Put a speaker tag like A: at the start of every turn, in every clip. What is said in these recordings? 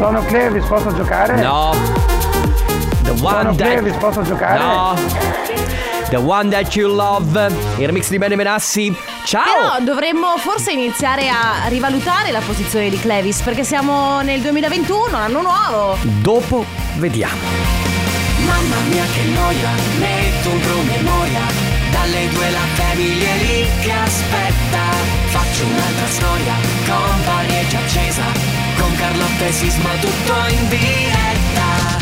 A: Sono Clevis, posso giocare?
B: No. The
A: Sono
B: one
A: Clevis,
B: that.
A: posso giocare?
B: No. The one that you love. Il remix di Bene Benassi. Ciao.
C: Però dovremmo forse iniziare a rivalutare la posizione di Clevis perché siamo nel 2021, l'anno nuovo.
B: Dopo vediamo.
D: Mamma mia che noia, metto un promemoria Dalle due la famiglia è lì che aspetta Faccio un'altra storia, company è già accesa Con Carlotta e Sisma tutto in diretta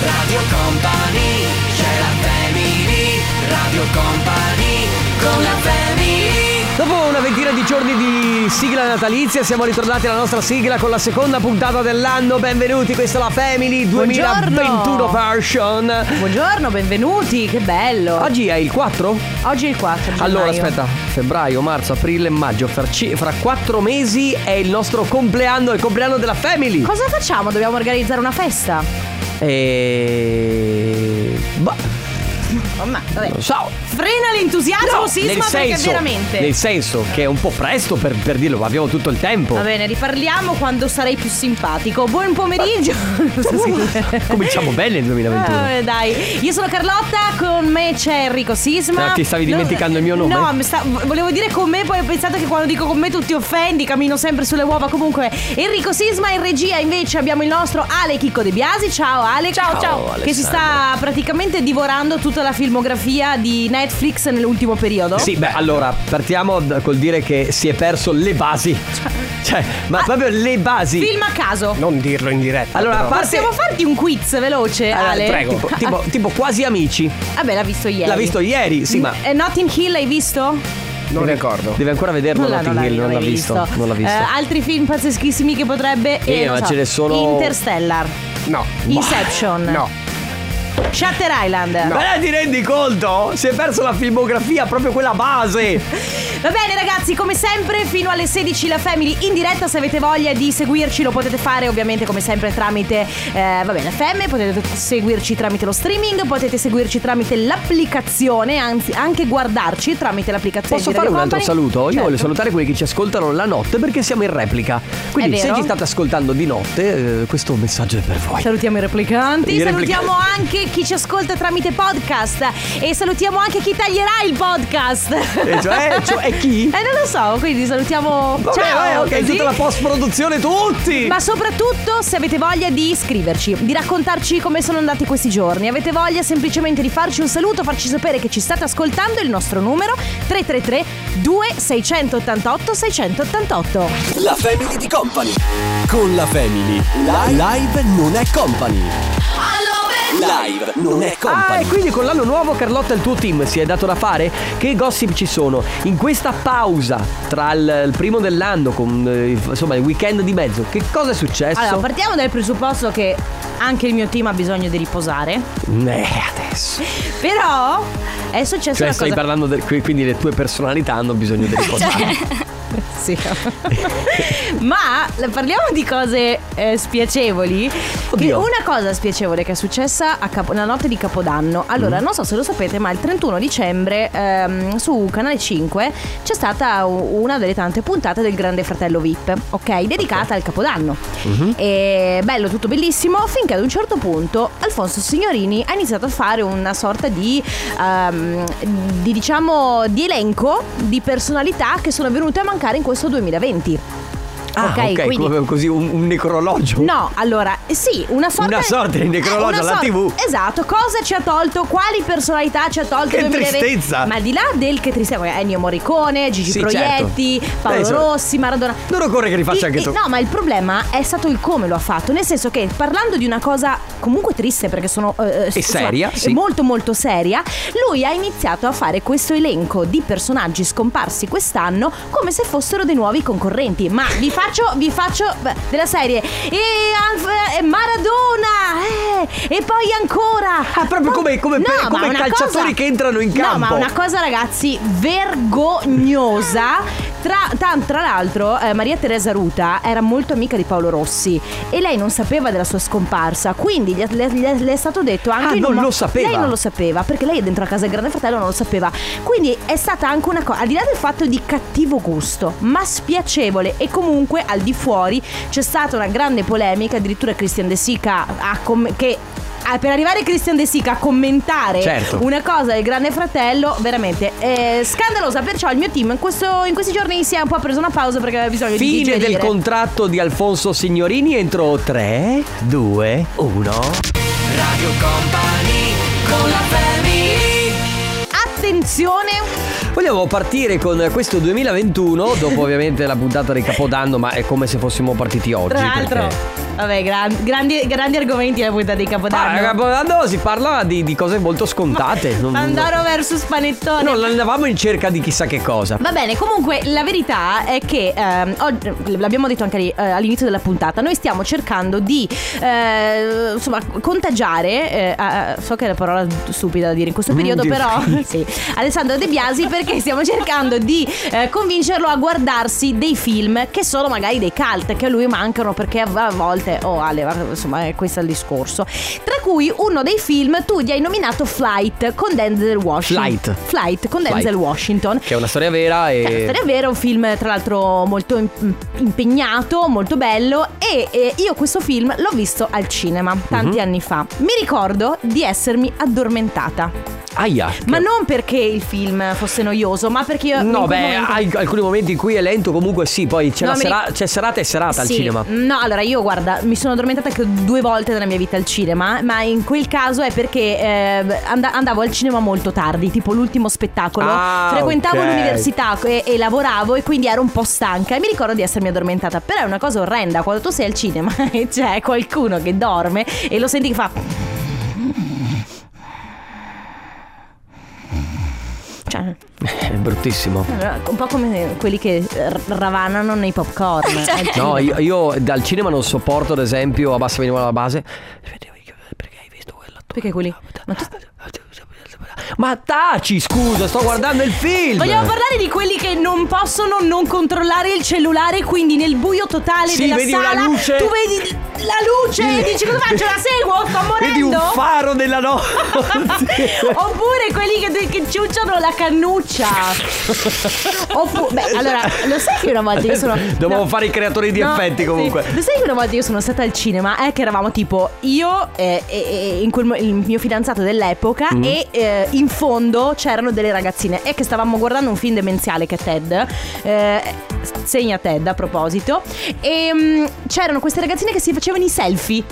D: Radio Company, c'è la family Radio Company, con la family
B: Dopo una ventina di giorni di sigla natalizia siamo ritornati alla nostra sigla con la seconda puntata dell'anno. Benvenuti, questa è la Family 2021
C: Buongiorno.
B: version.
C: Buongiorno, benvenuti, che bello.
B: Oggi è il 4?
C: Oggi è il 4 gennaio.
B: Allora aspetta, febbraio, marzo, aprile e maggio, fra, ci- fra 4 mesi è il nostro compleanno, è il compleanno della Family.
C: Cosa facciamo? Dobbiamo organizzare una festa?
B: E... Boh.
C: Mamma, vabbè.
B: Lo so.
C: Frena l'entusiasmo,
B: No,
C: Sisma,
B: nel
C: perché
B: senso,
C: veramente.
B: Nel senso che è un po' presto per, per dirlo, ma abbiamo tutto il tempo.
C: Va bene, riparliamo quando sarei più simpatico. Buon pomeriggio.
B: Eh, Cominciamo bene il 2021.
C: Eh, dai, io sono Carlotta, con me c'è Enrico Sisma.
B: Ah, ti stavi dimenticando il mio nome?
C: No, mi sta- volevo dire con me, poi ho pensato che quando dico con me tu ti offendi, cammino sempre sulle uova. Comunque, Enrico Sisma in regia invece abbiamo il nostro Ale Chicco De Biasi. Ciao Ale, ciao, Che si sta praticamente divorando tutta la filmografia di Netflix nell'ultimo periodo.
B: Sì, beh, allora partiamo da- col dire che si è perso le basi. Cioè, ma proprio le basi.
C: Ah,
B: Eh,
C: Film a caso.
E: Non dirlo in diretta.
B: Allora, a
E: però.
B: parte.
C: Possiamo farti un quiz veloce,
B: Allora,
C: Ale?
B: Eh, prego. Tipo, tipo- tipo quasi amici.
C: Vabbè, l'ha visto ieri.
B: L'ha visto ieri, sì, ma.
C: Eh, Notting Hill l'hai visto?
E: non ricordo.
B: Deve ancora vederlo,
C: l'ha-
B: Notting
C: l'ha-
B: Hill, non l'ha
C: l'hai
B: visto. Non l'ha visto.
C: Eh, altri film pazzeschissimi che potrebbe.
B: Eh,
C: non
B: ma ce ne sono-
C: Interstellar,
E: No.
C: Inception,
E: No.
C: Shutter Island.
B: Ma dai, ti rendi conto? Si è perso la filmografia, proprio quella base.
C: Va bene, ragazzi, come sempre, fino alle 16 la Family in diretta. Se avete voglia di seguirci, lo potete fare ovviamente come sempre tramite eh, vabbè, la FM. Potete seguirci tramite lo streaming, potete seguirci tramite l'applicazione, anzi, anche guardarci tramite l'applicazione.
B: Posso
C: di
B: fare
C: Radio
B: un altro
C: Company?
B: saluto? Io
C: Certo.
B: voglio salutare quelli che ci ascoltano la notte perché siamo in replica. Quindi,
C: È
B: se
C: vero. Cioè-
B: ci state ascoltando di notte, eh, questo messaggio è per voi.
C: Salutiamo i replicanti,
B: I
C: salutiamo anche chi ci ascolta tramite podcast e salutiamo anche chi taglierà il podcast.
B: E cioè, cioè, chi?
C: Eh non lo so, quindi salutiamo
B: Vabbè,
C: Ciao,
B: vabbè, ok,
C: così.
B: tutta la post-produzione, tutti. Ah,
C: Ma soprattutto se avete voglia di iscriverci, di raccontarci come sono andati questi giorni, avete voglia semplicemente di farci un saluto, farci sapere che ci state ascoltando, il nostro numero 333 2688 688.
F: La family di company. Con la family. Live, non è company. Live non è
B: Ah,
F: company.
B: e quindi con l'anno nuovo Carlotta e il tuo team si è dato da fare? Che gossip ci sono? In questa pausa tra il, il primo dell'anno con eh, insomma il weekend di mezzo, che cosa è successo?
C: Allora, partiamo dal presupposto che anche il mio team ha bisogno di riposare.
B: eh, adesso.
C: Però è successa
B: Cioè,
C: una
B: stai
C: cosa.
B: parlando del- qui- quindi le tue personalità hanno bisogno di riposare.
C: Sì. Ma la- parliamo di cose eh, spiacevoli. Che
B: Oddio.
C: una cosa spiacevole che è successa a Capo- la notte di Capodanno. Allora, non so se lo sapete, ma il 31 dicembre ehm, su Canale 5 c'è stata u- una delle tante puntate del Grande Fratello VIP, ok? Dedicata al Capodanno. E bello, tutto bellissimo, finché ad un certo punto Alfonso Signorini ha iniziato a fare una sorta di, ehm, di diciamo, di elenco di personalità che sono venute a mancare in questo 2020.
B: ah, ok,
C: quindi-
B: come- così un, un necrologio.
C: No, allora, eh, sì, una sorta,
B: Una sorta di necrologio
C: una
B: alla
C: sorta-
B: TV.
C: Esatto, cosa ci ha tolto, quali personalità ci ha tolto
B: Che
C: il 2020?
B: tristezza.
C: Ma al di là del che tristezza, Ennio Morricone, Gigi
B: Sì,
C: Proietti,
B: certo.
C: Paolo
B: Dai, so-
C: Rossi, Maradona
B: Non occorre che rifaccia
C: il-
B: anche
C: il-
B: tu.
C: No, ma il problema è stato il come lo ha fatto. Nel senso che parlando di una cosa comunque triste, perché sono. eh, s- insomma,
B: seria, sì.
C: Molto, molto seria. Lui ha iniziato a fare questo elenco di personaggi scomparsi quest'anno come se fossero dei nuovi concorrenti. Ma vi faccio. Vi faccio. beh, della serie. E. Alf- e Maradona! eh, e poi ancora.
B: Ah, proprio
C: Ma-
B: come- come pe-
C: ma
B: come
C: una
B: calciatori che entrano in
C: No, ma
B: campo.
C: una cosa, ragazzi, vergognosa. Tra, ta- tra l'altro, eh, Maria Teresa Ruta era molto amica di Paolo Rossi e lei non sapeva della sua scomparsa, quindi gli- le, le- le è stato detto anche.
B: Ah,
C: in
B: non
C: un mo-
B: lo sapeva.
C: Lei non lo sapeva perché lei è dentro a casa del Grande Fratello non lo sapeva. Quindi è stata anche una cosa, al di là del fatto di cattivo gusto, ma spiacevole e comunque al di fuori c'è stata una grande polemica, addirittura Christian De Sica ha comm- che ah, per arrivare Christian De Sica a commentare
B: Certo.
C: una cosa del Grande Fratello, veramente eh, scandalosa. Perciò il mio team in, questo- in questi giorni si è un po' preso una pausa perché aveva bisogno di
B: Fine
C: digerire.
B: del contratto di Alfonso Signorini entro 3, 2, 1.
D: Radio Company con la family
C: Attenzione!
B: Vogliamo partire con questo 2021, dopo ovviamente la puntata di Capodanno, ma è come se fossimo partiti oggi.
C: Tra l'altro,
B: perché-
C: vabbè, gran- grandi, grandi argomenti la puntata di
B: Ah,
C: Capodanno.
B: a Capodanno si parla di, di cose molto scontate. non-
C: Pandoro versus Panettone.
B: non andavamo in cerca di chissà che cosa.
C: Va bene, comunque la verità è che ehm, oggi- l'abbiamo detto anche lì, eh, all'inizio della puntata, noi stiamo cercando di eh, insomma contagiare, eh, a- a- so che è una parola stupida da dire in questo periodo,
B: Mm, di-
C: però sì, Alessandro De Biasi perché stiamo cercando di eh, convincerlo a guardarsi dei film che sono magari dei cult che a lui mancano perché a a volte oh Ale, va- insomma, eh, questo è il discorso. Tra cui uno dei film tu gli hai nominato Flight con Denzel Washington.
B: Flight.
C: Flight con
B: Flight.
C: Denzel Washington.
B: Che è una storia vera e.
C: Cioè, la storia è vera, un film tra l'altro molto im- mm, impegnato, molto bello e eh, io questo film l'ho visto al cinema tanti
B: Mhm.
C: anni fa. Mi ricordo di essermi addormentata,
B: Aia.
C: ma non perché il film fosse noioso, ma perché io... Eh, in
B: No,
C: quel
B: beh,
C: momento-
B: hai alcuni momenti in cui è lento, comunque sì, poi c'è,
C: No,
B: la
C: mi-
B: sera- c'è serata e serata
C: Sì.
B: al cinema.
C: No, allora io guarda, mi sono addormentata credo due volte nella mia vita al cinema, ma in quel caso è perché eh, and- andavo al cinema molto tardi, tipo l'ultimo spettacolo.
B: Ah,
C: Frequentavo
B: ok.
C: l'università e-, e lavoravo e quindi ero un po' stanca e mi ricordo di essermi addormentata. Però è una cosa orrenda quando tu sei al cinema e c'è qualcuno che dorme e lo senti che fa... Cioè,
B: È Eh, bruttissimo.
C: un po' come quelli che r- ravanano nei popcorn. Cioè,
B: No, io, io dal cinema non sopporto, ad esempio, a bassa veniva la base. Perché hai visto quella tua?
C: Perché quelli... Ma tu
B: Ma taci, scusa, sto guardando il film.
C: Vogliamo parlare di quelli che non possono non controllare il cellulare, quindi nel buio totale
B: Sì,
C: della
B: vedi
C: sala
B: una luce?
C: tu vedi la luce e dici cosa faccio? La seguo? Sto
B: Vedi un
C: morendo?
B: faro della notte.
C: Oppure quelli che, che ciucciano la cannuccia. Oppure, beh, allora, lo sai che una volta io sono.
B: Dovevo
C: no.
B: fare i creatori di
C: No,
B: effetti
C: sì.
B: comunque.
C: Lo sai che una volta io sono stata al cinema? Eh, che eravamo tipo io eh, e, e- in quel mo- il mio fidanzato dell'epoca
B: Mm-hmm.
C: e eh, in fondo c'erano delle ragazzine e che stavamo guardando un film demenziale che è Ted. Eh, segna Ted a proposito. E mm, c'erano queste ragazzine che si facevano i selfie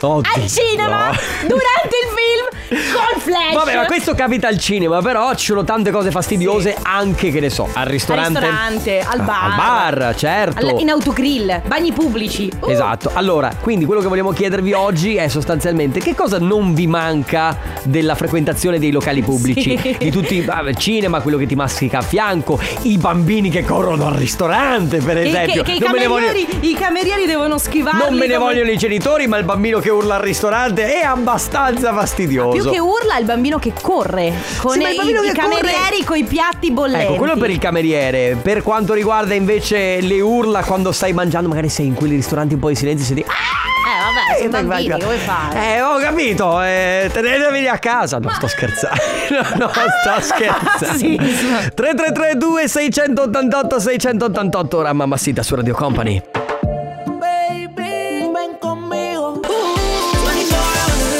B: Oddio.
C: al cinema
B: No.
C: durante il film col flash.
B: Vabbè, ma questo capita al cinema, però ci sono tante cose fastidiose anche, che ne so, al
C: al
B: ristorante.
C: ristorante, al
B: Ah,
C: bar.
B: Al bar, certo.
C: Al- in autogrill, bagni pubblici. Uh,
B: Esatto, allora, quindi quello che vogliamo chiedervi oggi è sostanzialmente che cosa non vi manca della frequentazione dei locali pubblici,
C: Sì.
B: di tutti ah, il cinema, quello che ti mastica a fianco, i bambini che corrono al ristorante, per
C: Che,
B: esempio.
C: che- che i,
B: non me ne voglio-
C: camerieri, i camerieri devono schivarli
B: non me ne
C: come-
B: vogliono i genitori, ma il bambino che urla al ristorante è abbastanza fastidioso.
C: Più che urla il bambino che corre Con
B: Sì, ma il
C: i,
B: bambino
C: i
B: che
C: camerieri
B: corre-
C: con i piatti bollenti
B: Ecco, quello per il cameriere. Per quanto riguarda invece le urla quando stai mangiando, magari sei in quei ristoranti un po' in silenzio e senti.
C: Eh vabbè, sono bambini,
B: vai, vai.
C: che vuoi fare?
B: Eh, ho capito. Eh, teneteveli a casa. No, sto scherzando. No, sto scherzando.
C: Ah, Sì.
B: 3332 688 688 ora mamma sita su Radio Company.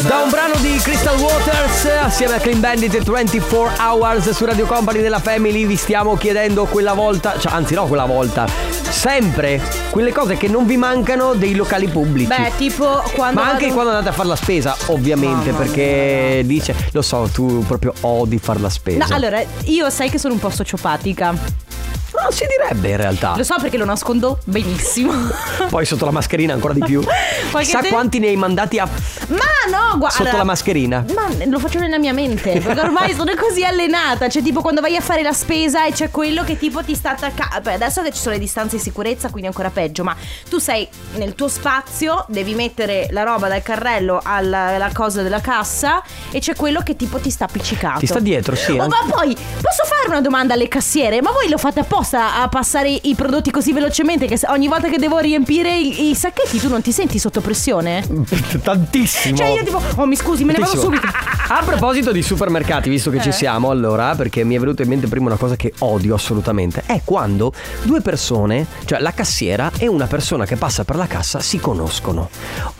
B: Da un brano di Crystal Waters assieme a Clean Bandit e 24 Hours su Radio Company della Family vi stiamo chiedendo quella volta, cioè, anzi no quella volta, sempre quelle cose che non vi mancano dei locali pubblici.
C: Beh, tipo quando
B: Ma anche
C: vado-
B: quando andate a fare la spesa, ovviamente, perché dice, lo so, tu proprio odi fare la spesa.
C: No, allora, io sai che sono un po' sociopatica
B: Ah. Non si direbbe in realtà.
C: Lo so perché lo nascondo benissimo
B: Poi sotto la mascherina ancora di più.
C: Qualche
B: Sa
C: te-
B: quanti ne hai mandati a...
C: Ma no, guarda.
B: Sotto la mascherina.
C: Ma lo faccio nella mia mente, perché ormai sono così allenata. Cioè, tipo, quando vai a fare la spesa e c'è quello che tipo ti sta attaccando. Beh, adesso che ci sono le distanze di sicurezza, quindi è ancora peggio. Ma tu sei nel tuo spazio, devi mettere la roba dal carrello alla, alla cosa della cassa. E c'è quello che tipo ti sta appiccicato.
B: Ti sta dietro, sì.
C: Oh,
B: anche-
C: ma poi posso fare una domanda alle cassiere? Ma voi lo fate apposta a passare i prodotti così velocemente che se- ogni volta che devo riempire i, i sacchetti tu non ti senti sotto pressione?
B: Tantissimo.
C: Cioè io tipo, oh mi scusi, me ne vado
B: Tantissimo.
C: subito. Eh.
B: A proposito di supermercati, visto che ci siamo, allora, perché mi è venuto in mente prima una cosa che odio assolutamente, è quando due persone, cioè la cassiera e una persona che passa per la cassa, si conoscono.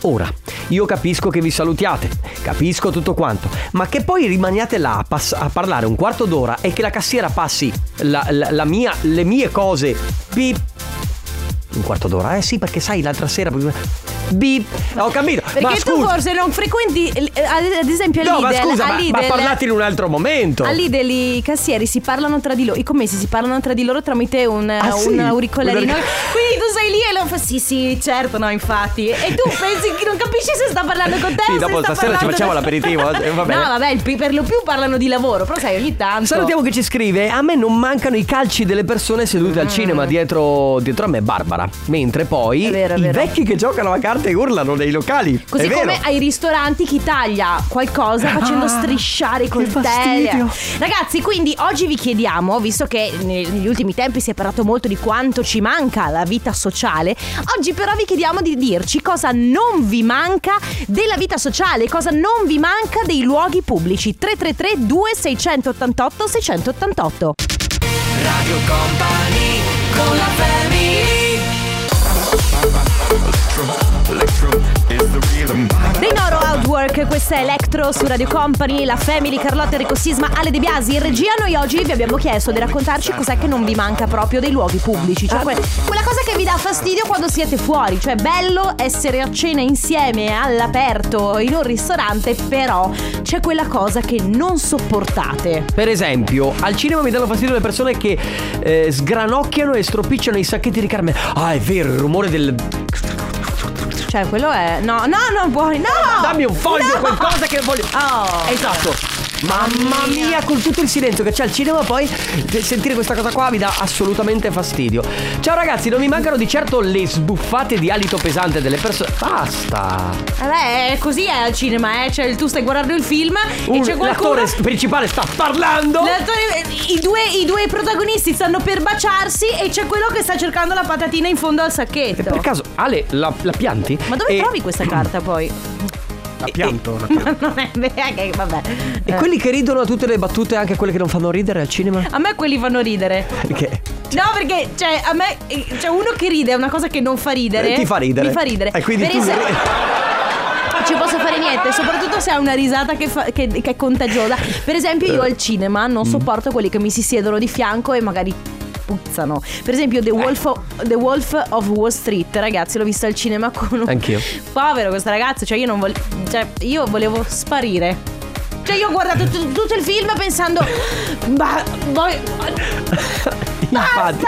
B: Ora, io capisco che vi salutiate, capisco tutto quanto, ma che poi rimaniate là a, pass- a parlare un quarto d'ora e che la cassiera passi la- la- la mia- le mie cose, bip, un quarto d'ora, eh sì, perché sai, l'altra sera... Bip, ho capito. ma
C: Perché tu
B: scusa-
C: forse non frequenti, eh, ad esempio a
B: No,
C: Lidl,
B: ma scusa,
C: a
B: ma, ma
C: Lidl-
B: parlate in un altro momento.
C: a Lidl i cassieri si parlano tra di loro, i commessi si parlano tra di loro tramite un,
B: Ah,
C: un
B: sì?
C: auricolarino.
B: Un auric-
C: Quindi tu sei lì e lo fa sì sì certo no infatti e tu pensi che non capisci se sta parlando con te
B: Sì,
C: o se
B: dopo
C: sta
B: stasera ci
C: parlando
B: facciamo
C: da-
B: l'aperitivo, eh, va bene.
C: No vabbè il pi- per lo più parlano di lavoro però sai ogni tanto
B: Salutiamo che ci scrive: A me non mancano i calci delle persone sedute al cinema dietro, dietro a me, Barbara. Mentre poi
C: Mm. È vero, è
B: i
C: vero.
B: vecchi che giocano a carte urlano nei locali.
C: Così
B: è vero. Ah,
C: come ai ristoranti chi taglia qualcosa facendo strisciare i coltelli.
B: fastidio.
C: Ragazzi, quindi oggi vi chiediamo, visto che ne- negli ultimi tempi si è parlato molto di quanto ci manca la vita sociale, oggi però vi chiediamo di dirci cosa non vi manca della vita sociale, cosa non vi manca dei luoghi pubblici. 333 2688 688.
D: Radio Company con la family
C: Dei Noro Outwork, questa è Electro su Radio Company, la Family, Carlotta, Enrico Sisma, Ale De Biasi in regia. Noi oggi vi abbiamo chiesto di raccontarci cos'è che non vi manca proprio dei luoghi pubblici, cioè que- quella cosa che vi dà fastidio quando siete fuori, cioè bello essere a cena insieme all'aperto in un ristorante, però c'è quella cosa che non sopportate.
B: Per esempio, al cinema mi danno fastidio le persone che eh, sgranocchiano e stropicciano i sacchetti di carne. Ah, è vero, il rumore del.
C: Cioè, quello è No, no, non vuoi. No!
B: Dammi un foglio,
C: No!
B: qualcosa che voglio.
C: Oh.
B: Esatto. Mamma mia, con tutto il silenzio che c'è al cinema, poi de- sentire questa cosa qua mi dà assolutamente fastidio. Ciao ragazzi, non mi mancano di certo le sbuffate di alito pesante delle persone. Basta.
C: Vabbè, così Eh, è al cinema, eh. Cioè, tu stai guardando il film e
B: Un-
C: c'è qualcuno
B: L'attore s- principale sta parlando.
C: L'attore- i, due, I due protagonisti stanno per baciarsi e c'è quello che sta cercando la patatina in fondo al sacchetto.
B: Per caso, Ale, la, la pianti?
C: Ma dove
B: Eh, E-
C: trovi questa carta poi?
E: La pianto. la-
C: non è vero, che- vabbè.
B: E
C: Eh.
B: quelli che ridono a tutte le battute, anche quelle che non fanno ridere al cinema?
C: A me quelli fanno ridere.
B: Perché?
C: No, perché cioè, a me eh, c'è uno che ride, è una cosa che non fa ridere.
B: Eh, ti fa ridere.
C: Mi fa ridere.
B: E quindi
C: per
B: tu- eh,
C: esempio. Non ci posso fare niente, soprattutto se è una risata che, fa- che- che è contagiosa. Per esempio, io al cinema non sopporto quelli che mi si siedono di fianco e magari puzzano. Per esempio, The Wolf of, The Wolf of Wall Street, ragazzi, l'ho visto al cinema con un.
B: Anch'io.
C: Povero questo ragazzo, cioè io non volevo. Cioè, io volevo sparire. Cioè, io ho guardato tu- tutto il film pensando. Ma. voi-
B: Infatti,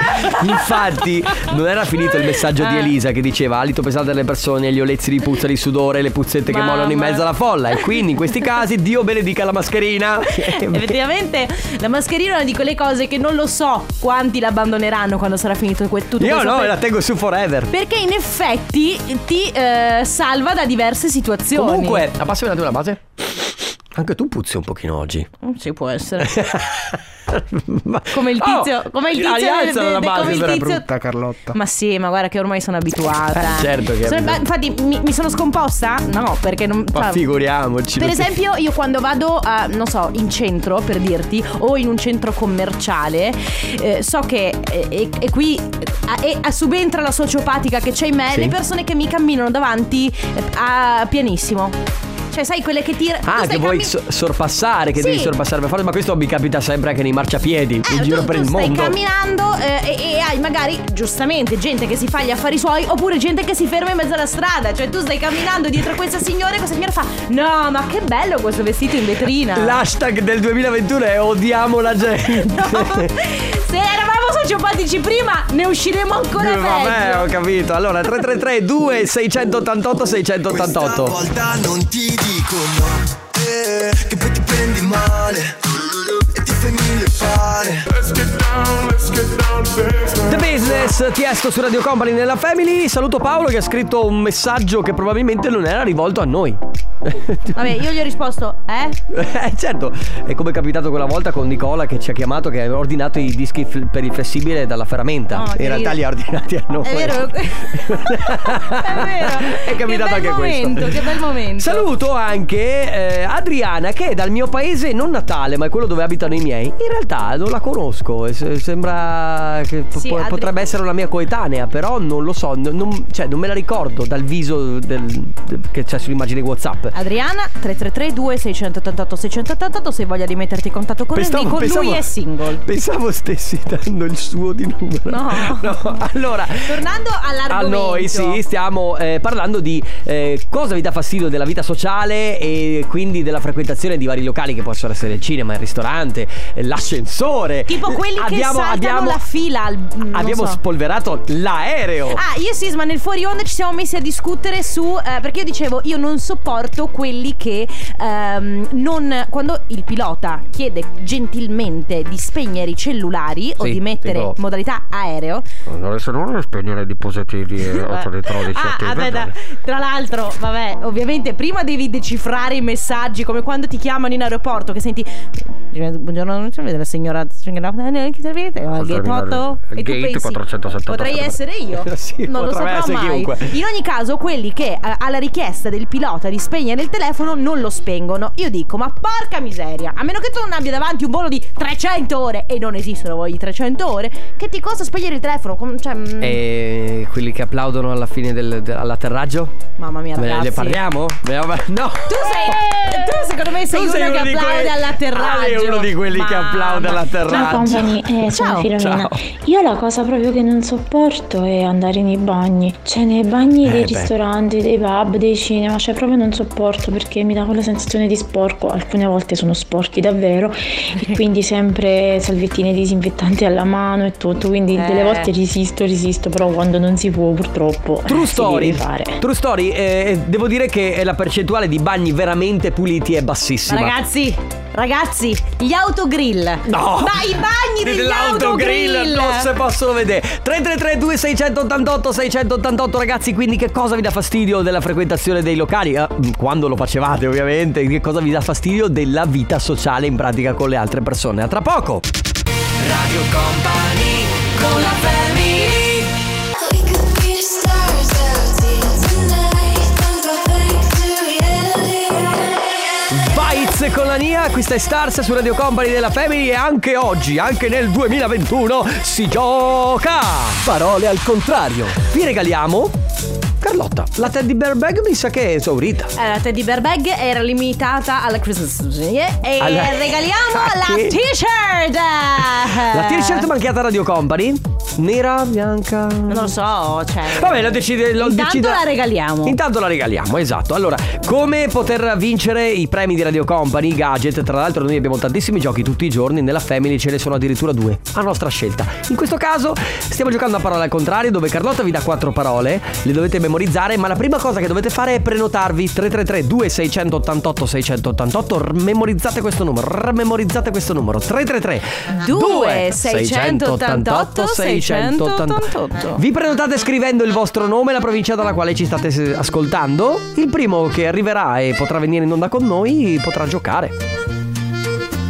B: infatti, non era finito il messaggio di
C: Eh.
B: Elisa che diceva alito pesante delle persone, gli olezzi di puzza di sudore, le puzzette che
C: Mamma.
B: molano in mezzo alla folla. E quindi in questi casi Dio benedica la mascherina.
C: Effettivamente la mascherina è una di quelle cose che non lo so quanti la abbandoneranno quando sarà finito que- tutto
B: Io
C: questo
B: no,
C: per-
B: la tengo su forever.
C: Perché in effetti ti eh, salva da diverse situazioni
B: Comunque, la base, una base. Anche tu puzzi un pochino oggi.
C: Sì può essere
B: Ma-
C: Come il tizio
B: Oh,
C: Come il
B: ah,
C: tizio
B: rialzano
C: del-
B: la
C: del-
B: base,
C: come il
B: però è
C: tizio-
E: Brutta Carlotta.
C: Ma sì ma guarda che ormai sono abituata
B: Eh, certo che è
C: Sono- ma
B: abituata.
C: Infatti mi, mi sono scomposta? No perché non
B: Ma
C: cioè,
B: figuriamoci.
C: Per esempio, io quando vado a, non so, in centro per dirti, o in un centro commerciale, eh, so che eh, e, e qui eh, e- subentra la sociopatica che c'è in me,
B: Sì.
C: le persone che mi camminano davanti eh, a, pianissimo. Cioè, sai, quelle che tira. tu
B: Ah,
C: stai
B: che vuoi
C: cammi-
B: so- sorpassare, che
C: Sì.
B: devi sorpassare per forza, ma questo mi capita sempre anche nei marciapiedi,
C: Eh,
B: in giro
C: tu,
B: per
C: tu
B: il
C: stai
B: mondo.
C: camminando eh, e, e hai magari giustamente gente che si fa gli affari suoi oppure gente che si ferma in mezzo alla strada. Cioè tu stai camminando dietro a questa signora e questa signora fa no ma che bello questo vestito in vetrina.
B: L'hashtag del 2021 è odiamo la gente.
C: No. Se eravamo sul sociopatici prima, ne usciremo ancora
B: Eh, Vabbè,
C: peggio.
B: ho capito. Allora, 333 2688
G: Questa
B: 688
G: volta non ti dico no eh, Che poi ti prendi male E ti fai mille fare
B: The Business, Tiesto su Radio Company nella Family. Saluto Paolo che ha scritto un messaggio che probabilmente non era rivolto a noi.
C: Vabbè, io gli ho risposto, eh?
B: Eh certo, è come è capitato quella volta con Nicola che ci ha chiamato che aveva ordinato i dischi fl- per il flessibile dalla ferramenta.
C: Oh, che
B: In realtà
C: ridere.
B: li ha ordinati a noi.
C: È vero. è vero.
B: È capitato
C: che bel
B: anche
C: momento,
B: questo.
C: Che bel momento.
B: Saluto anche eh, Adriana che è dal mio paese non natale ma è quello dove abitano i miei. In realtà non la conosco, e se- sembra che po-
C: Sì,
B: po-
C: Adri-
B: potrebbe essere una mia coetanea, però non lo so, n- non, cioè, non me la ricordo dal viso del- che c'è sull'immagine WhatsApp.
C: Ah, Adriana 333 2688 688 se voglia di metterti in contatto con
B: Pensavo-
C: lui con
B: pensavo-
C: lui è single.
B: Pensavo stessi dando il suo di numero.
C: No.
B: Allora,
C: Tornando
B: a
C: all'argomento.
B: noi sì, stiamo eh, parlando di eh, cosa vi dà fastidio della vita sociale e quindi della frequentazione di vari locali che possono essere il cinema, il ristorante, eh, l'ascensore. Eh,
C: Tipo quelli che saltano la fila al- non
B: Abbiamo
C: so.
B: spolverato l'aereo.
C: Ah, io e Sisma nel fuori onda ci siamo messi a discutere su. eh, perché io dicevo, io non sopporto quelli che ehm, non. Quando il pilota chiede gentilmente di spegnere i cellulari o
B: Sì, boh.
C: di mettere
B: tipo-
C: modalità aereo.
H: Adesso non lo spegnere di positivi e autoelettronici
C: ah,
H: attivi.
C: vabbè, da- tra l'altro, vabbè, ovviamente prima devi decifrare i messaggi, come quando ti chiamano in aeroporto che senti. Buongiorno, non c'è la signora. Che servite? Oh,
H: Potrei
C: Gate 8
H: andare-
C: e tu
H: Gate
C: pensi,
H: 477.
C: Potrei essere io.
B: Sì,
C: non lo
B: potrebbe
C: saprò
B: essere
C: mai.
B: chiunque.
C: In ogni caso, quelli che eh, alla richiesta del pilota di spegnere il telefono non lo spengono. Io dico, ma porca miseria, a meno che tu non abbia davanti un volo di 300 ore, e non esistono voli di 300 ore, che ti costa spegnere il telefono? Com- Cioè, mm,
B: Eh, E quelli che applaudono alla fine del, dell'atterraggio?
C: mamma mia,
B: Ne,
C: Eh, ragazzi.
B: ne eh, parliamo? No!
C: Tu sei, tu secondo me sei,
B: Eh! Tu sei
C: uno,
B: uno
C: che
B: di
C: applaude
B: quei-
C: all'atterraggio.
B: Ale è uno di quelli che
C: Mamma.
B: applaude
I: Ciao
B: all'atterraggio.
I: company, eh, sono
C: Ciao.
I: Filomena.
B: Ciao.
I: Io la cosa proprio che non sopporto è andare nei bagni. Cioè nei bagni dei
B: Eh, beh.
I: ristoranti, dei pub, dei cinema, cioè proprio non sopporto perché mi dà quella sensazione di sporco. Alcune volte sono sporchi davvero e quindi sempre salviettine disinfettanti alla mano e tutto. Quindi
C: Eh.
I: delle volte resisto, resisto, però quando non si può purtroppo eh,
B: True
I: si deve
B: story,
I: fare.
B: True story eh, devo dire che la percentuale di bagni veramente puliti è bassissima.
C: Ragazzi, ragazzi, gli autogrill.
B: No.
C: Ma i bagni degli
B: Dell'autogrill,
C: autogrill.
B: non se possono vedere 333 688 688 ragazzi quindi che cosa vi dà fastidio della frequentazione dei locali Eh, quando lo facevate ovviamente che cosa vi dà fastidio della vita sociale in pratica con le altre persone a tra poco
D: Radio Company con la family
B: Bites con la Nia, questa è Stars su Radio Company della Family e anche oggi, anche nel 2021, si gioca! Parole al contrario. Vi regaliamo... Carlotta, la teddy bear bag mi sa che è esaurita.
C: Eh, la teddy bear bag era limitata alla Christmas eh, e
B: Alla-
C: regaliamo
B: Ah,
C: la
B: che-
C: t-shirt.
B: La t-shirt mancata a Radio Company? Nera, bianca...
C: Eh. Non lo so, cioè.
B: Vabbè, lo decide. Lo
C: Intanto
B: decida-
C: la regaliamo.
B: Intanto la regaliamo, esatto. Allora, come poter vincere i premi di Radio Company, i gadget? Tra l'altro, noi abbiamo tantissimi giochi tutti i giorni. Nella Family ce ne sono addirittura due a nostra scelta. In questo caso, stiamo giocando a parole al contrario, dove Carlotta vi dà quattro parole, le dovete memorizzare. Ma la prima cosa che dovete fare è prenotarvi 333-2688-688. Memorizzate questo numero, memorizzate questo numero 333-2688-688.
C: 688.
B: Vi prenotate scrivendo il vostro nome e la provincia dalla quale ci state se- ascoltando. Il primo che arriverà e potrà venire in onda con noi potrà giocare.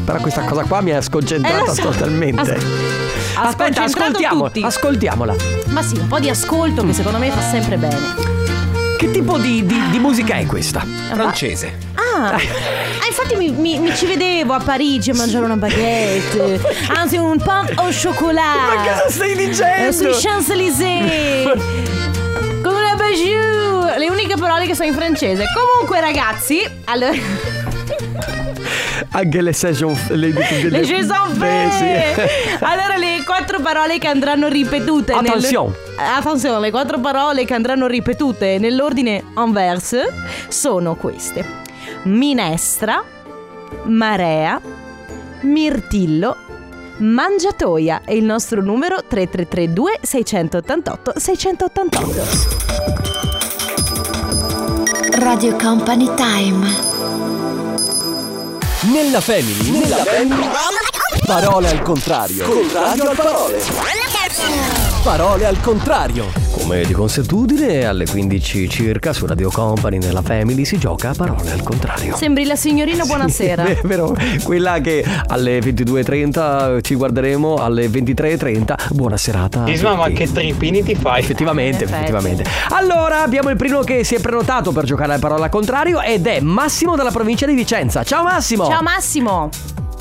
B: Però questa cosa qua mi ha
C: Eh,
B: sconcentrata
C: lo so.
B: totalmente.
C: As- ha
B: Aspetta,
C: sconcentrato
B: ascoltiamola.
C: tutti.
B: Ascoltiamola.
C: Ma sì, un po' di ascolto che secondo me fa sempre bene.
B: Che tipo di, di- di musica è questa?
J: Francese.
C: Ah, ah, infatti mi, mi- mi ci vedevo a Parigi a mangiare una baguette. anzi, un pan au chocolat.
B: Ma cosa stai dicendo?
C: Ah. Eh, sui Champs-Élysées. Con una bijou. Le uniche parole che so in francese. Comunque, ragazzi, allora.
B: Anche le session. Le, le, Eh,
C: Le Jason
B: Beh, sì.
C: Allora le quattro parole che andranno ripetute nel-
B: Attenzione.
C: Attenzione, le quattro parole che andranno ripetute nell'ordine inverse sono queste Minestra Marea Mirtillo Mangiatoia e il nostro numero 3332 688 688.
J: Radio Company Time.
F: Nella family, nella family. Parole al contrario. Contrario al parole. Parole al contrario.
B: Come di consuetudine, alle 15 circa su Radio Company nella Family si gioca a parole al contrario.
C: Sembri la signorina buonasera.
B: È vero, quella che alle 22.30 ci guarderemo, alle 23.30 buona serata. a
K: Isma, ma
B: tutti.
K: che tripini ti fai?
B: Effettivamente,
K: In effetti.
B: effettivamente. Allora, abbiamo il primo che si è prenotato per giocare alla parola al contrario ed è Massimo dalla provincia di Vicenza. Ciao Massimo!
C: Ciao Massimo.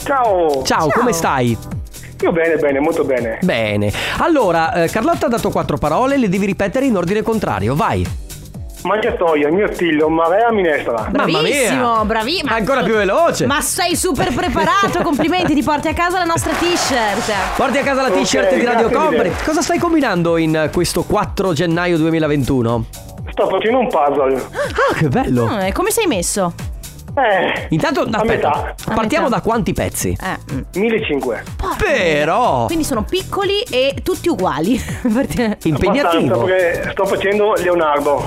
B: Ciao! Ciao, come stai?
A: Io bene, bene, molto bene.
B: Bene. Allora, eh, Carlotta ha dato quattro parole, le devi ripetere in ordine contrario, vai.
A: Mangiatoia, mio stiglio, marea minestra.
B: Mamma mia.
C: Bravissimo, bravissimo.
B: Ancora più veloce.
C: Ma sei super preparato, complimenti, ti porti a casa la nostra t-shirt.
B: Porti a casa la
C: Ok,
B: t-shirt di Radio
C: grazie
B: Company.
C: mille.
B: Cosa stai combinando in eh, questo 4 gennaio 2021?
A: Sto facendo un puzzle.
B: Ah, che bello.
C: Ah, e come sei messo?
A: Eh.
B: Intanto, aspetta,
A: metà.
B: partiamo da quanti pezzi?
C: Eh.
A: 1500.
C: Ah.
B: Però.
C: Quindi sono piccoli e tutti uguali. Perché-
B: Impegnativo.
A: Abbastanza, perché sto facendo Leonardo.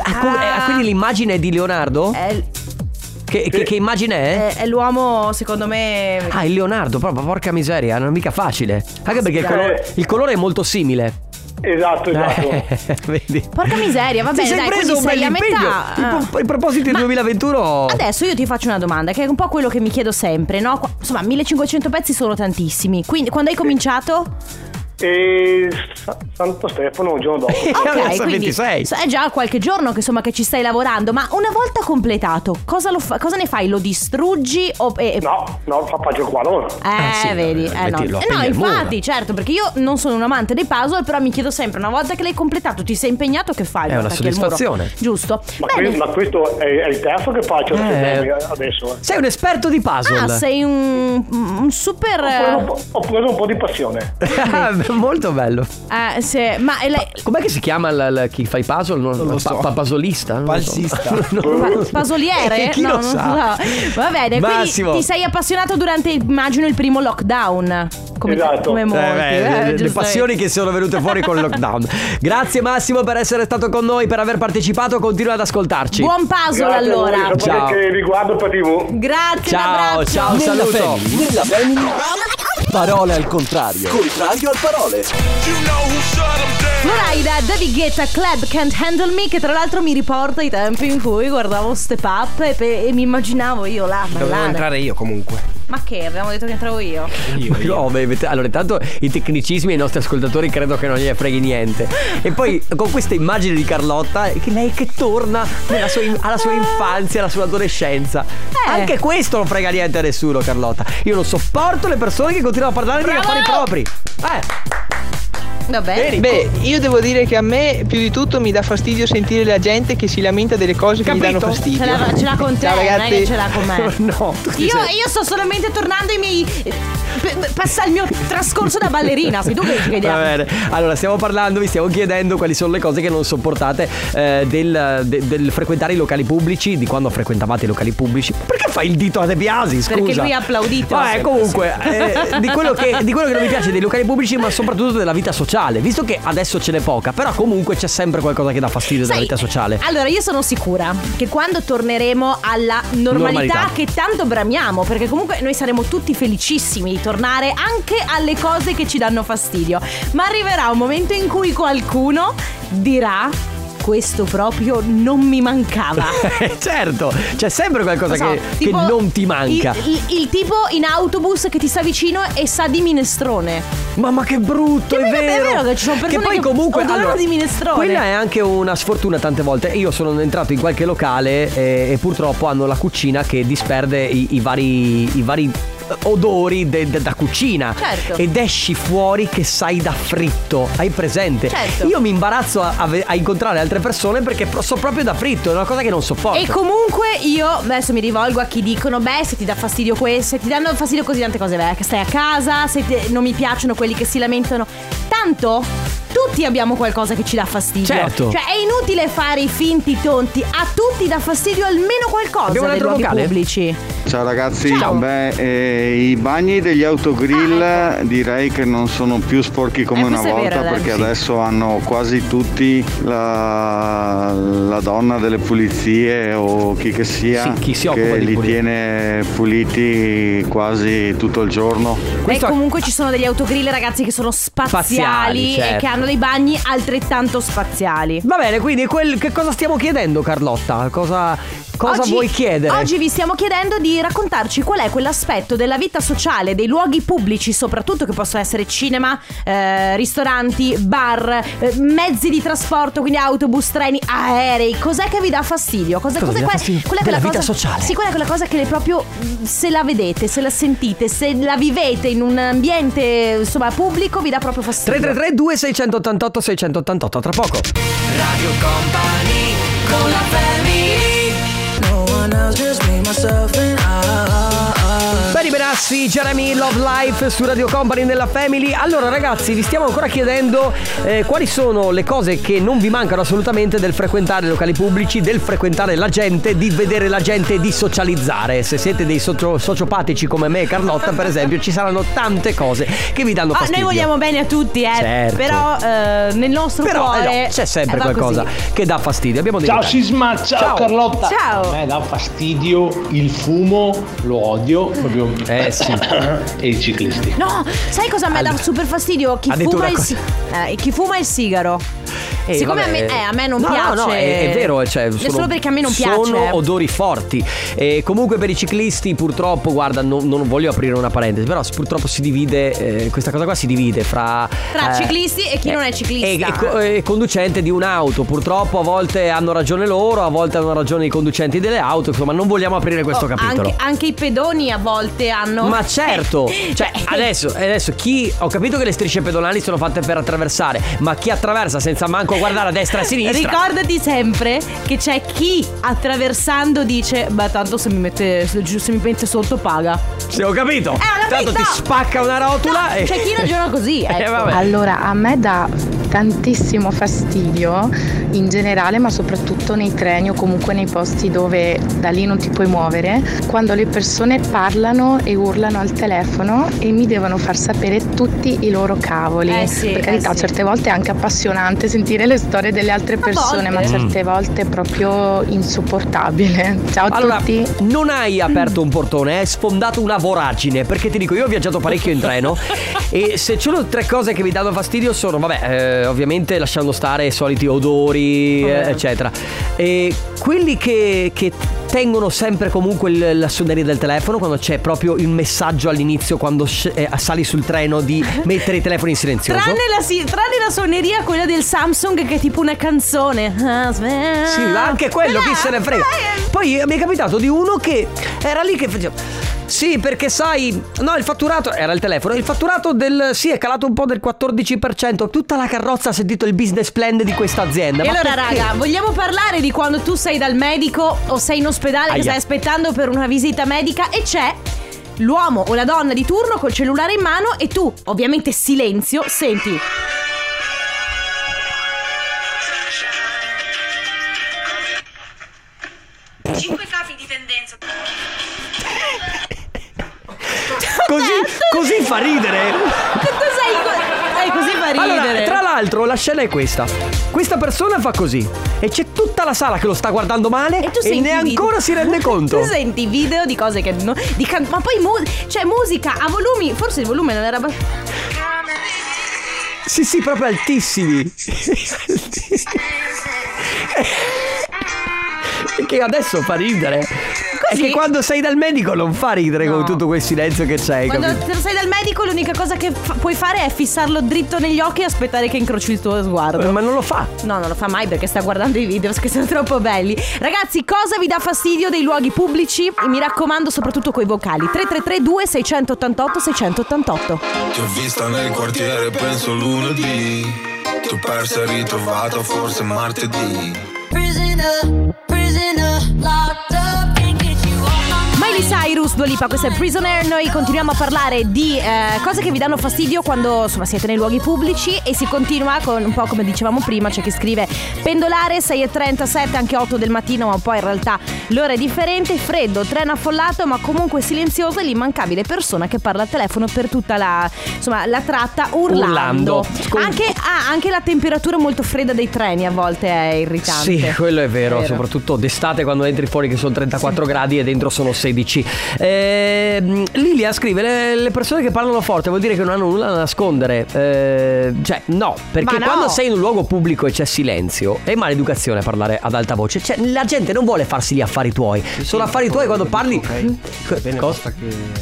B: Ah, com- eh, ah, quindi l'immagine è di Leonardo?
C: È,
B: Che, che- che immagine è?
C: è- è l'uomo, secondo me.
B: Eh. Ah, il Leonardo, proprio, porca miseria, non è mica facile. Anche perché il
C: Eh.
B: colore, il colore è molto simile.
A: Esatto, esatto.
B: Eh, vedi.
C: Porca miseria, va
B: Ti
C: bene,
B: sei
C: dai,
B: preso
C: quindi
B: un bel
C: sei a
B: impegno.
C: metà.
B: I
C: Ah.
B: pro- I propositi del 2021.
C: Adesso io ti faccio una domanda che è un po' quello che mi chiedo sempre, no? Qu- Insomma, 1500 pezzi sono tantissimi. Quindi quando hai cominciato?
A: E Sa- Santo Stefano un giorno dopo.
C: Ok,
B: adesso
C: quindi
B: 26.
C: so- è già qualche giorno che, insomma, che ci stai lavorando, ma una volta completato, cosa, lo fa- cosa ne fai? Lo distruggi o e- e-
A: No, no, fa- faccio il quadro.
C: Eh, vedi, eh, no.
B: metti- lo
C: Eh, no,
B: appendi al muro.
C: infatti, certo, perché io non sono un amante dei puzzle, però mi chiedo sempre, una volta che l'hai completato, ti sei impegnato, che fai?
B: È
C: Lo
B: una
C: attacchi al muro.
B: soddisfazione.
C: Giusto.
A: Ma,
C: Bene.
A: que- ma questo è, è il terzo che faccio
B: Eh.
A: adesso. Cioè, eh.
B: Sei un esperto di puzzle.
C: Ah, sei un, un super...
A: Ho preso un po'- ho preso un po' di passione.
B: Molto bello.
C: eh, se- ma e lei-
B: Com'è che si chiama il- il- chi fa i puzzle? Non,
E: lo so.
B: pasolista?
E: Falsista.
C: Pa- Pasoliere?
B: Eh, chi
C: no,
B: lo
C: non
B: sa?
C: so. Va bene,
B: Massimo.
C: quindi ti sei appassionato durante, immagino, il primo lockdown. Come,
A: Esatto.
C: come molti.
B: Eh, beh,
C: eh,
B: le- le,
C: giustamente.
B: passioni che sono venute fuori con il lockdown. Grazie Massimo per essere stato con noi, per aver partecipato. Continua ad ascoltarci.
C: Buon
A: Grazie
C: puzzle
A: a voi,
C: allora.
A: sapete
B: Ciao.
A: che vi guardo per tv.
C: Grazie, un
B: ciao,
C: abbraccio.
B: ciao,
F: Nella
B: saluto.
F: family, nella family. Parole al contrario. Contrario al parole.
C: Floraida, David Guetta, Club Can't Handle Me Che tra l'altro mi riporta i tempi in cui guardavo Step Up E, pe- e mi immaginavo io là a
L: Dovevo
C: ballare.
L: entrare io comunque.
C: Ma che? Abbiamo detto che entravo io
B: No, beh, avete- allora, intanto i tecnicismi ai nostri ascoltatori credo che non gliene freghi niente. E poi con questa immagine di Carlotta, che lei che torna nella sua in- alla sua infanzia, alla sua adolescenza.
C: Eh.
B: Anche questo non frega niente a nessuno, Carlotta. Io non sopporto le persone che continuano a parlare di
C: Bravo!
B: affari propri. Eh,
C: Vabbè
M: Beh, io devo dire che a me più di tutto mi dà fastidio sentire la gente che si lamenta delle cose che gli danno
B: Capito?
C: Ce
M: fastidio.
C: l'ha, ce l'ha con te,
M: Ciao,
C: non è che
M: ragazzi.
C: ce l'ha con me
B: no. tu chi
C: Io,
B: sei?
C: io sto solamente tornando ai miei. eh, p- p- Passa il mio trascorso da ballerina. Sei tu che che
B: Va
C: idea.
B: bene. Allora, stiamo parlando, vi stiamo chiedendo quali sono le cose che non sopportate eh, del, de- del frequentare i locali pubblici, di quando frequentavate i locali pubblici. Perché fai il dito a De Biasi? Scusa.
C: Perché lui ha applaudito.
B: Vabbè,
C: Sempre,
B: comunque, eh, di, quello che, di quello che non mi piace dei locali pubblici, ma soprattutto della vita sociale, visto che adesso ce n'è poca, però comunque c'è sempre qualcosa che dà fastidio della
C: Sai, eh,
B: vita sociale.
C: Allora, io sono sicura che quando torneremo alla normalità,
B: Normalità.
C: che tanto bramiamo, perché comunque noi saremo tutti felicissimi di tornare anche alle cose che ci danno fastidio. Ma arriverà un momento in cui qualcuno dirà: Questo proprio non mi mancava.
B: Eh, certo, c'è sempre qualcosa
C: Non
B: che,
C: so,
B: che
C: tipo
B: non ti manca.
C: Il, il- il tipo in autobus che ti sta vicino e sa di minestrone.
B: Mamma che brutto,
C: Che
B: è
C: vabbè, è
B: vero.
C: vero che ci sono persone
B: poi
C: che
B: comunque
C: odorano
B: allora,
C: di minestrone.
B: Quella è anche una sfortuna tante volte. Io sono entrato in qualche locale eh, e, purtroppo hanno la cucina che disperde i, i vari i vari eh, odori de- de- da cucina
C: Certo.
B: ed esci fuori che sai da fritto hai presente
C: Certo.
B: io mi imbarazzo a, a ve- a incontrare altre persone perché pro- so proprio da fritto è una cosa che non sopporto
C: E comunque io adesso mi rivolgo a chi dicono: Beh, se ti dà fastidio questo, se ti danno fastidio così tante cose, beh, che stai a casa, se ti- non mi piacciono quelli che si lamentano. Tanto tutti abbiamo qualcosa che ci dà fastidio.
B: Certo.
C: Cioè, è inutile fare i finti tonti. A tutti dà fastidio almeno qualcosa
B: Abbiamo un
C: dei
B: altro
C: luoghi
B: vocale?
C: pubblici.
K: Ciao ragazzi,
C: Ciao. Ah,
K: Beh, eh, i bagni degli autogrill direi che non sono più sporchi come
C: Eh,
K: una
C: questo è
K: volta
C: vero, dai.
K: perché
C: Sì.
K: adesso hanno quasi tutti la, la donna delle pulizie o chi che sia
B: Sì, chi si occupa
K: che
B: di
K: li
B: pulire.
K: tiene puliti quasi tutto il giorno.
C: Beh, comunque ci sono degli autogrill, ragazzi, che sono spaziali,
K: Spaziali,
C: e
B: certo.
C: che hanno dei bagni altrettanto spaziali.
B: Va bene, quindi quel- che cosa stiamo chiedendo Carlotta? Cosa, cosa
C: Oggi-
B: vuoi chiedere?
C: Oggi vi stiamo chiedendo di raccontarci qual è quell'aspetto della vita sociale, dei luoghi pubblici, soprattutto che possono essere cinema, eh, ristoranti, bar, eh, mezzi di trasporto, quindi autobus, treni, aerei. Cos'è che vi dà fastidio? Cosa,
B: Cosa vi dà
C: qual-
B: fastidio?
C: qual è
B: Della
C: quella
B: vita
C: cosa-
B: sociale.
C: Sì, quella è quella cosa che le proprio mh, se la vedete, se la sentite, se la vivete in un ambiente insomma pubblico vi dà proprio fastidio.
B: 333 2688 688 tra poco.
D: Radio Company con la
L: No one else, just me, myself and I.
B: Beni Benassi, Jeremy Love Life su Radio Company nella Family. Allora ragazzi, vi stiamo ancora chiedendo eh, quali sono le cose che non vi mancano assolutamente del frequentare locali pubblici, del frequentare la gente, di vedere la gente, di socializzare. Se siete dei socio- sociopatici come me e Carlotta, per esempio, ci saranno tante cose che vi danno
C: Ah,
B: fastidio.
C: noi vogliamo bene a tutti, eh.
B: Certo.
C: Però eh, nel nostro
B: Però eh no,
C: cuore
B: c'è sempre
C: eh, va
B: qualcosa
C: così.
B: che dà fastidio. Abbiamo dei
N: Ciao
B: dettagli.
N: Sisma, ciao,
B: Ciao.
N: Carlotta.
C: Ciao.
N: A me Eh, dà fastidio il fumo, lo odio proprio. Eh sì. e i ciclisti.
C: No, sai cosa a me dà super fastidio? Chi
N: Ha detto
C: fuma,
N: una
C: il,
N: cosa.
C: si- eh, chi fuma il sigaro.
B: Eh,
C: Siccome
B: vabbè.
C: a, me, eh, a me non
B: No,
C: piace.
B: No, no, è, è vero. Cioè,
C: È solo perché a me non piace.
B: Sono odori forti. E comunque per i ciclisti, purtroppo, guarda, non, non voglio aprire una parentesi, però s- purtroppo si divide, eh, questa cosa qua si divide fra.
C: Tra
B: eh,
C: ciclisti e chi non è ciclista.
B: e, e co- eh, e conducente di un'auto. Purtroppo a volte hanno ragione loro, a volte hanno ragione i conducenti delle auto. Insomma, non vogliamo aprire questo
C: Oh,
B: capitolo.
C: Anche, anche i pedoni a volte hanno. Eh,
B: Ma certo, cioè adesso, adesso chi ho capito che le strisce pedonali sono fatte per attraversare, ma chi attraversa senza manco guardare a destra e a sinistra.
C: Ricordati sempre che c'è chi attraversando dice: Beh, tanto se mi mette, se giù- se mi mette sotto paga.
B: Sì, ho capito.
C: Eh, ho
B: Tanto
C: capito.
B: ti spacca una rotula
C: No, cioè,
B: e...
C: c'è chi ragiona così, ecco.
B: Eh, vabbè.
O: Allora, a me dà tantissimo fastidio in generale, ma soprattutto nei treni o comunque nei posti dove da lì non ti puoi muovere, quando le persone parlano e urlano al telefono e mi devono far sapere tutti i loro cavoli.
C: Eh sì,
O: per
C: eh
O: carità,
C: sì.
O: certe volte è anche appassionante sentire le storie delle altre persone, ma
B: volte.
O: certe volte è proprio insopportabile. Ciao a
B: Allora,
O: tutti.
B: non hai aperto un portone, hai sfondato una voragine. Perché ti dico, io ho viaggiato parecchio in treno. e se ci sono tre cose che mi danno fastidio sono, vabbè, eh, ovviamente lasciando stare i soliti odori, eh, eccetera. E quelli che. che Tengono sempre comunque il- la suoneria del telefono quando c'è proprio il messaggio all'inizio quando sc- eh, sali sul treno di mettere i telefoni in silenzioso.
C: Tranne la, si- tranne la suoneria, quella del Samsung che è tipo una canzone. Ah,
B: Sì, ma anche quello, chi se ne frega. Poi mi è capitato di uno che era lì che faceva. Sì, perché sai, no, il fatturato era il telefono, il fatturato del sì è calato un po' del 14%, tutta la carrozza ha sentito il business plan di questa azienda.
C: E
B: ma
C: allora,
B: perché?
C: raga, vogliamo parlare di quando tu sei dal medico o sei in ospedale
B: Aia.
C: che stai aspettando per una visita medica e c'è l'uomo o la donna di turno col cellulare in mano e tu, ovviamente silenzio, senti.
B: Così, così fa ridere.
C: Che tu sei co- eh, così fa ridere.
B: Allora, tra l'altro, la scena è questa. Questa persona fa così e c'è tutta la sala che lo sta guardando male
C: E tu Esatto. senti
B: ne
C: video-
B: ancora si rende conto.
C: Tu senti video di cose che no- di can- ma poi mu- cioè musica a volumi, forse il volume non era abbastanza.
B: Sì, sì, proprio altissimi. che adesso fa ridere. È che quando sei dal medico non fa ridere con tutto quel silenzio che c'è.
C: Quando
B: capito?
C: te- sei dal medico l'unica cosa che fa- puoi fare è fissarlo dritto negli occhi e aspettare che incroci il tuo sguardo.
B: Ma non lo fa.
C: No, non lo fa mai perché sta guardando i video che sono troppo belli. Ragazzi, cosa vi dà fastidio dei luoghi pubblici? E mi raccomando, soprattutto coi vocali. 3332 688 688.
P: Ti ho vista nel quartiere, penso lunedì. Tu persa e ritrovata, forse martedì.
D: Prisoner, prisoner, locked up, can't get you off my
C: Miley Cyrus Miss Dualipa, questo è Prisoner. Noi continuiamo a parlare di eh, cose che vi danno fastidio quando insomma, siete nei luoghi pubblici e si continua con un po' come dicevamo prima, c'è chi scrive pendolare 6.37, anche 8 del mattino, ma poi in realtà l'ora è differente, freddo, treno affollato, ma comunque silenzioso e l'immancabile persona che parla al telefono per tutta la, insomma, la tratta urlando.
B: Urlando. Scon-
C: Anche, ah, anche la temperatura molto fredda dei treni a volte è irritante.
B: Sì, quello è vero, soprattutto d'estate quando entri fuori che sono 34 gradi e dentro sono 16. Ehm, Lilia scrive, le, le persone che parlano forte vuol dire che non hanno nulla da nascondere. Ehm, cioè, no, perché
C: Ma no.
B: quando sei in un luogo pubblico e c'è silenzio, è maleducazione parlare ad alta voce. Cioè, la gente non vuole farsi gli affari tuoi. sono affari tuoi quando parli... Hm? Co- cosa?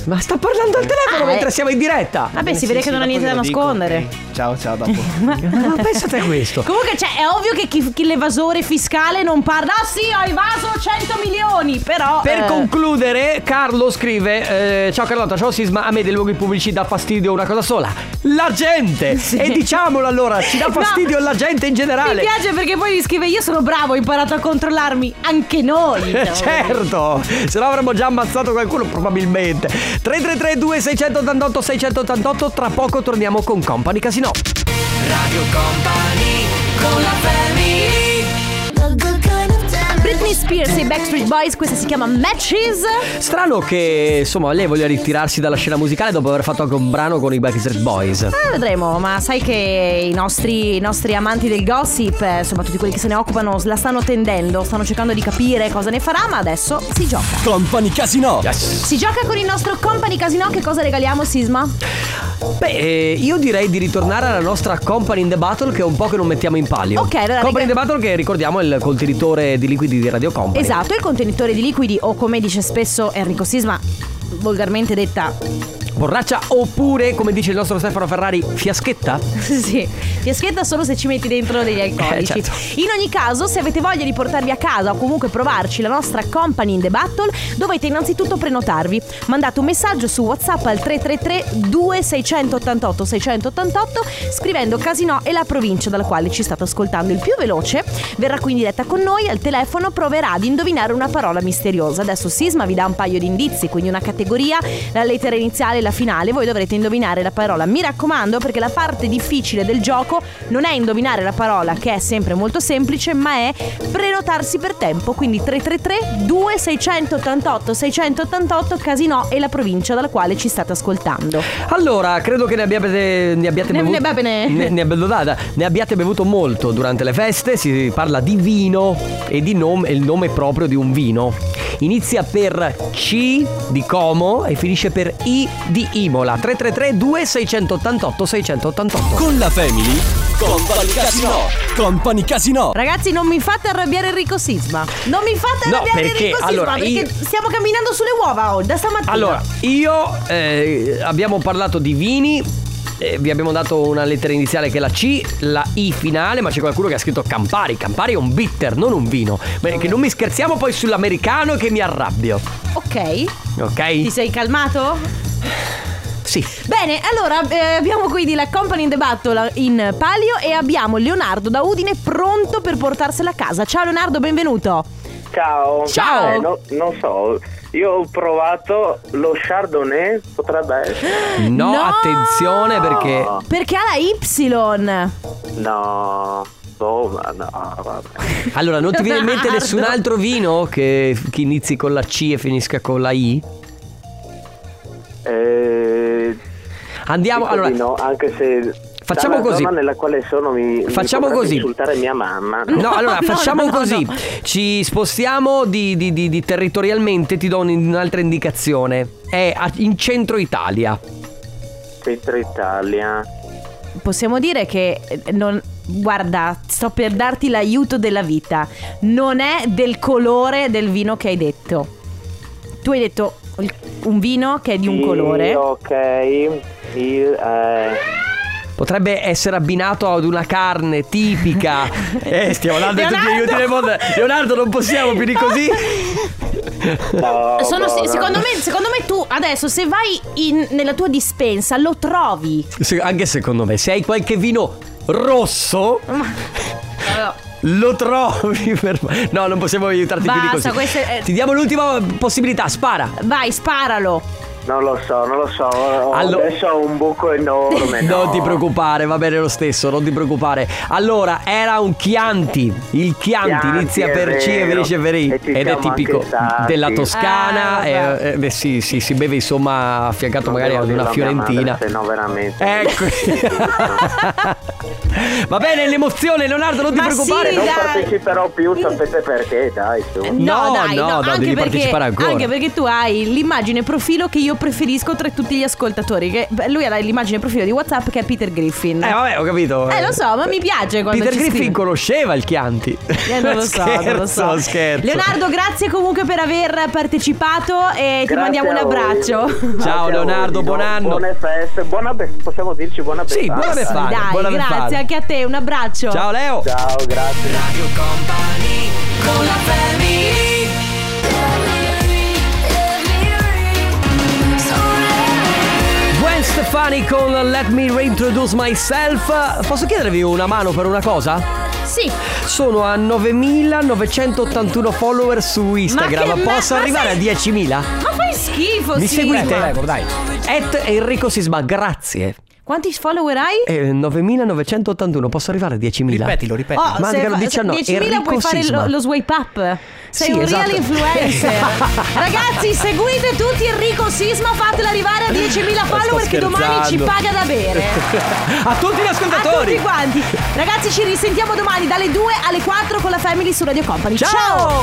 B: Ma sta parlando al telefono
C: Ah,
B: mentre
C: eh.
B: siamo in diretta.
C: Vabbè, si vede che non ha niente da nascondere.
E: Ciao, ciao, dopo.
B: Ma pensate a questo.
C: Comunque cioè, è ovvio che chi, chi l'evasore fiscale non parla. Ah sì, ho evaso 100 milioni, però...
B: Per
C: eh,
B: concludere, Carlo scrive: eh, Ciao Carlotta, ciao Sisma. A me dei luoghi pubblici dà fastidio una cosa sola: la gente!
C: Sì.
B: E diciamolo allora, ci dà
C: No.
B: fastidio la gente in
C: Mi
B: generale.
C: piace perché poi gli scrive io sono bravo, ho imparato a controllarmi anche noi.
B: Eh, Certo, se no avremmo già ammazzato qualcuno probabilmente. 3332 688 688 tra poco torniamo con Company Casino.
D: Radio Company con la family
C: Britney Spears e i Backstreet Boys, questa si chiama Matches.
B: Strano che insomma lei voglia ritirarsi dalla scena musicale dopo aver fatto anche un brano con i Backstreet Boys.
C: Eh, vedremo, ma sai che i nostri, i nostri amanti del gossip, eh, insomma tutti quelli che se ne occupano, la stanno tendendo, stanno cercando di capire cosa ne farà, ma adesso si gioca.
F: Company Casino.
C: Si gioca con il nostro company casino, che cosa regaliamo Sisma?
B: Beh, eh, io direi di ritornare alla nostra Company in the Battle che è un po' che non mettiamo in palio.
C: Ok, allora,
B: Company in the Battle che ricordiamo è il contenitore di liquidi di Radio Company.
C: Esatto, il contenitore di liquidi o come dice spesso Enrico Sisma, volgarmente detta
B: Borraccia oppure, come dice il nostro Stefano Ferrari, fiaschetta?
C: Sì, fiaschetta solo se ci metti dentro degli alcolici.
B: Eh, certo.
C: In ogni caso, se avete voglia di portarvi a casa o comunque provarci la nostra Company in the Battle, dovete innanzitutto prenotarvi. Mandate un messaggio su WhatsApp al 333 2688 688 scrivendo Casino e la provincia dalla quale ci state ascoltando. Il più veloce verrà qui in diretta con noi al telefono, proverà ad indovinare una parola misteriosa. Adesso Sisma vi dà un paio di indizi, quindi una categoria, la lettera iniziale e la finale. Voi dovrete indovinare la parola. Mi raccomando, perché la parte difficile del gioco non è indovinare la parola, che è sempre molto semplice, ma è prenotarsi per tempo. Quindi 333 2688 688 Casino e la provincia dalla quale ci state ascoltando.
B: Allora, credo che ne abbiate, ne abbiate
C: Ne-
B: bevuto.
C: ne abbiate-
B: ne, ne abbiate data. Ne abbiate bevuto molto durante le feste. Si parla di vino e di nome, il nome proprio di un vino. Inizia per C di Como e finisce per I di Imola. 333 2688 688.
F: Con la family. Company Casino. Company Casino.
C: Ragazzi, non mi fate arrabbiare Enrico Sisma. Non mi fate
B: No,
C: arrabbiare
B: perché,
C: Enrico Sisma
B: allora,
C: perché
B: io-
C: stiamo camminando sulle uova oh, da stamattina.
B: Allora, io eh, abbiamo parlato di vini. eh, Vi abbiamo dato una lettera iniziale che è la C, la I finale, ma c'è qualcuno che ha scritto Campari. Campari è un bitter, non un vino. Beh, che non mi scherziamo poi sull'americano che mi arrabbio.
C: Ok.
B: Ok?
C: Ti sei calmato?
B: Sì.
C: Bene, allora eh, abbiamo quindi la Company in the Battle in palio e abbiamo Leonardo da Udine pronto per portarsela a casa. Ciao Leonardo, benvenuto.
Q: Ciao.
C: Ciao.
Q: Eh, no- non so, io ho provato lo Chardonnay, potrebbe essere.
B: No,
C: No!
B: attenzione perché.
C: Perché ha la Y.
Q: No, boh, ma no, vabbè.
B: Allora, non ti viene in mente
C: Leonardo.
B: nessun altro vino che, che inizi con la C e finisca con la I?
Q: Eh,
B: Andiamo,
Q: dico
B: allora.
Q: di no, anche se
B: Facciamo
Q: dalla
B: così.
Q: zona nella quale sono mi,
B: Facciamo
Q: mi potrebbe
B: così. Mm.
Q: insultare mia mamma.
B: No, allora
C: no,
B: facciamo
C: no, no,
B: così.
C: no.
B: Ci spostiamo di, di- di- di territorialmente, ti do un- un'altra indicazione. È a- in centro Italia.
Q: Centro Italia.
C: Possiamo dire che eh, non. Guarda, sto per darti l'aiuto della vita. Non è del colore del vino che hai detto. Tu hai detto il- un vino che è di un
Q: Sì,
C: colore.
Q: Ok. Il, eh,
B: Potrebbe essere abbinato ad una carne tipica. eh, stiamo dando tutti gli
C: Leonardo!
B: aiuti del mondo. Leonardo, non possiamo più di così.
Q: no,
B: eh.
C: Sono-
Q: no, no.
C: secondo, me, secondo me tu adesso se vai in- nella tua dispensa lo trovi.
B: Se- anche secondo me, se hai qualche vino rosso,
C: Ma- Allora,
B: Lo trovi per... No, non possiamo aiutarti più di
C: Basta,
B: così.
C: questo è-
B: Ti diamo l'ultima possibilità, spara.
C: Vai, sparalo.
Q: Non lo so, non lo so. Ho-
B: Allora-
Q: Adesso ho un buco enorme.
B: Non
Q: Eh no.
B: ti preoccupare, va bene lo stesso, non ti preoccupare. Allora, era un Chianti. Il Chianti,
Q: Chianti,
B: inizia
Q: è
B: per C e
Q: vero.
B: finisce per I
Q: E ci
B: ed è
Q: siamo
B: tipico
Q: anche stati.
B: della Toscana.
Q: Ah,
B: eh, eh, beh, sì, sì, si beve insomma affiancato
Q: Non
B: magari
Q: devo
B: ad
Q: dirlo
B: una
Q: a mia
B: Fiorentina.
Q: madre, Se Eh, no, veramente.
B: Ecco. va bene, l'emozione, Leonardo, non ti
Q: Ma sì,
B: preoccupare.
Q: non parteciperò più, sapete perché? Dai, su.
B: No,
C: dai,
B: no, no, devi partecipare ancora.
C: anche perché tu hai l'immagine profilo che io preferisco tra tutti gli ascoltatori. Che beh, lui ha l'immagine profilo di WhatsApp che è Peter Griffin.
B: Eh, vabbè, ho capito.
C: Eh, lo so, ma mi piace quando
B: Peter
C: ci
B: Griffin
C: scrivi.
B: conosceva il Chianti.
C: Eh, non lo so,
B: scherzo,
C: non lo so.
B: scherzo.
C: Leonardo, grazie comunque per aver partecipato e ti
Q: Grazie
C: mandiamo un
Q: a voi.
C: abbraccio.
Q: Grazie a voi,
B: Leonardo,
Q: di
B: buon
Q: nuovo.
B: anno.
Q: Buone feste, buona be- possiamo dirci buona
B: Sì,
Q: befana.
B: buona befana,
C: Dai,
B: buona
C: grazie
B: befana.
C: anche a te, un abbraccio.
B: Ciao Leo.
Q: Ciao, grazie.
D: Con la family
B: Gwen Stefani con Let Me Reintroduce Myself. Posso chiedervi una mano per una cosa?
C: Sì.
B: Sono a 9.981 follower su Instagram.
C: che me-
B: Posso
C: ma
B: arrivare
C: sei-
B: a 10.000?
C: Ma fai schifo,
B: Mi
C: sì.
B: seguite? At Enrico Sisma, grazie.
C: Quanti follower hai?
B: Eh, 9.981, posso arrivare a 10.000? Ripetilo, ripetilo.
C: Oh, se
B: Mancano
C: fa- se
B: 19.
C: 10.000
B: Enrico
C: puoi fare
B: Sisma.
C: lo, lo swipe up. Sei
B: Sì,
C: un real
B: esatto.
C: influencer. Ragazzi, seguite tutti Enrico Sisma, fatela arrivare a 10.000 follower che domani ci
B: scherzando.
C: paga da bere.
B: a tutti gli
C: A
B: ascoltatori.
C: tutti quanti. Ragazzi, ci risentiamo domani dalle 2 alle 4 con la Family su Radio Company.
B: Ciao.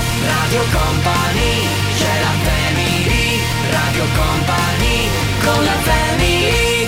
D: Radio Company C'è la family Radio Company Con la family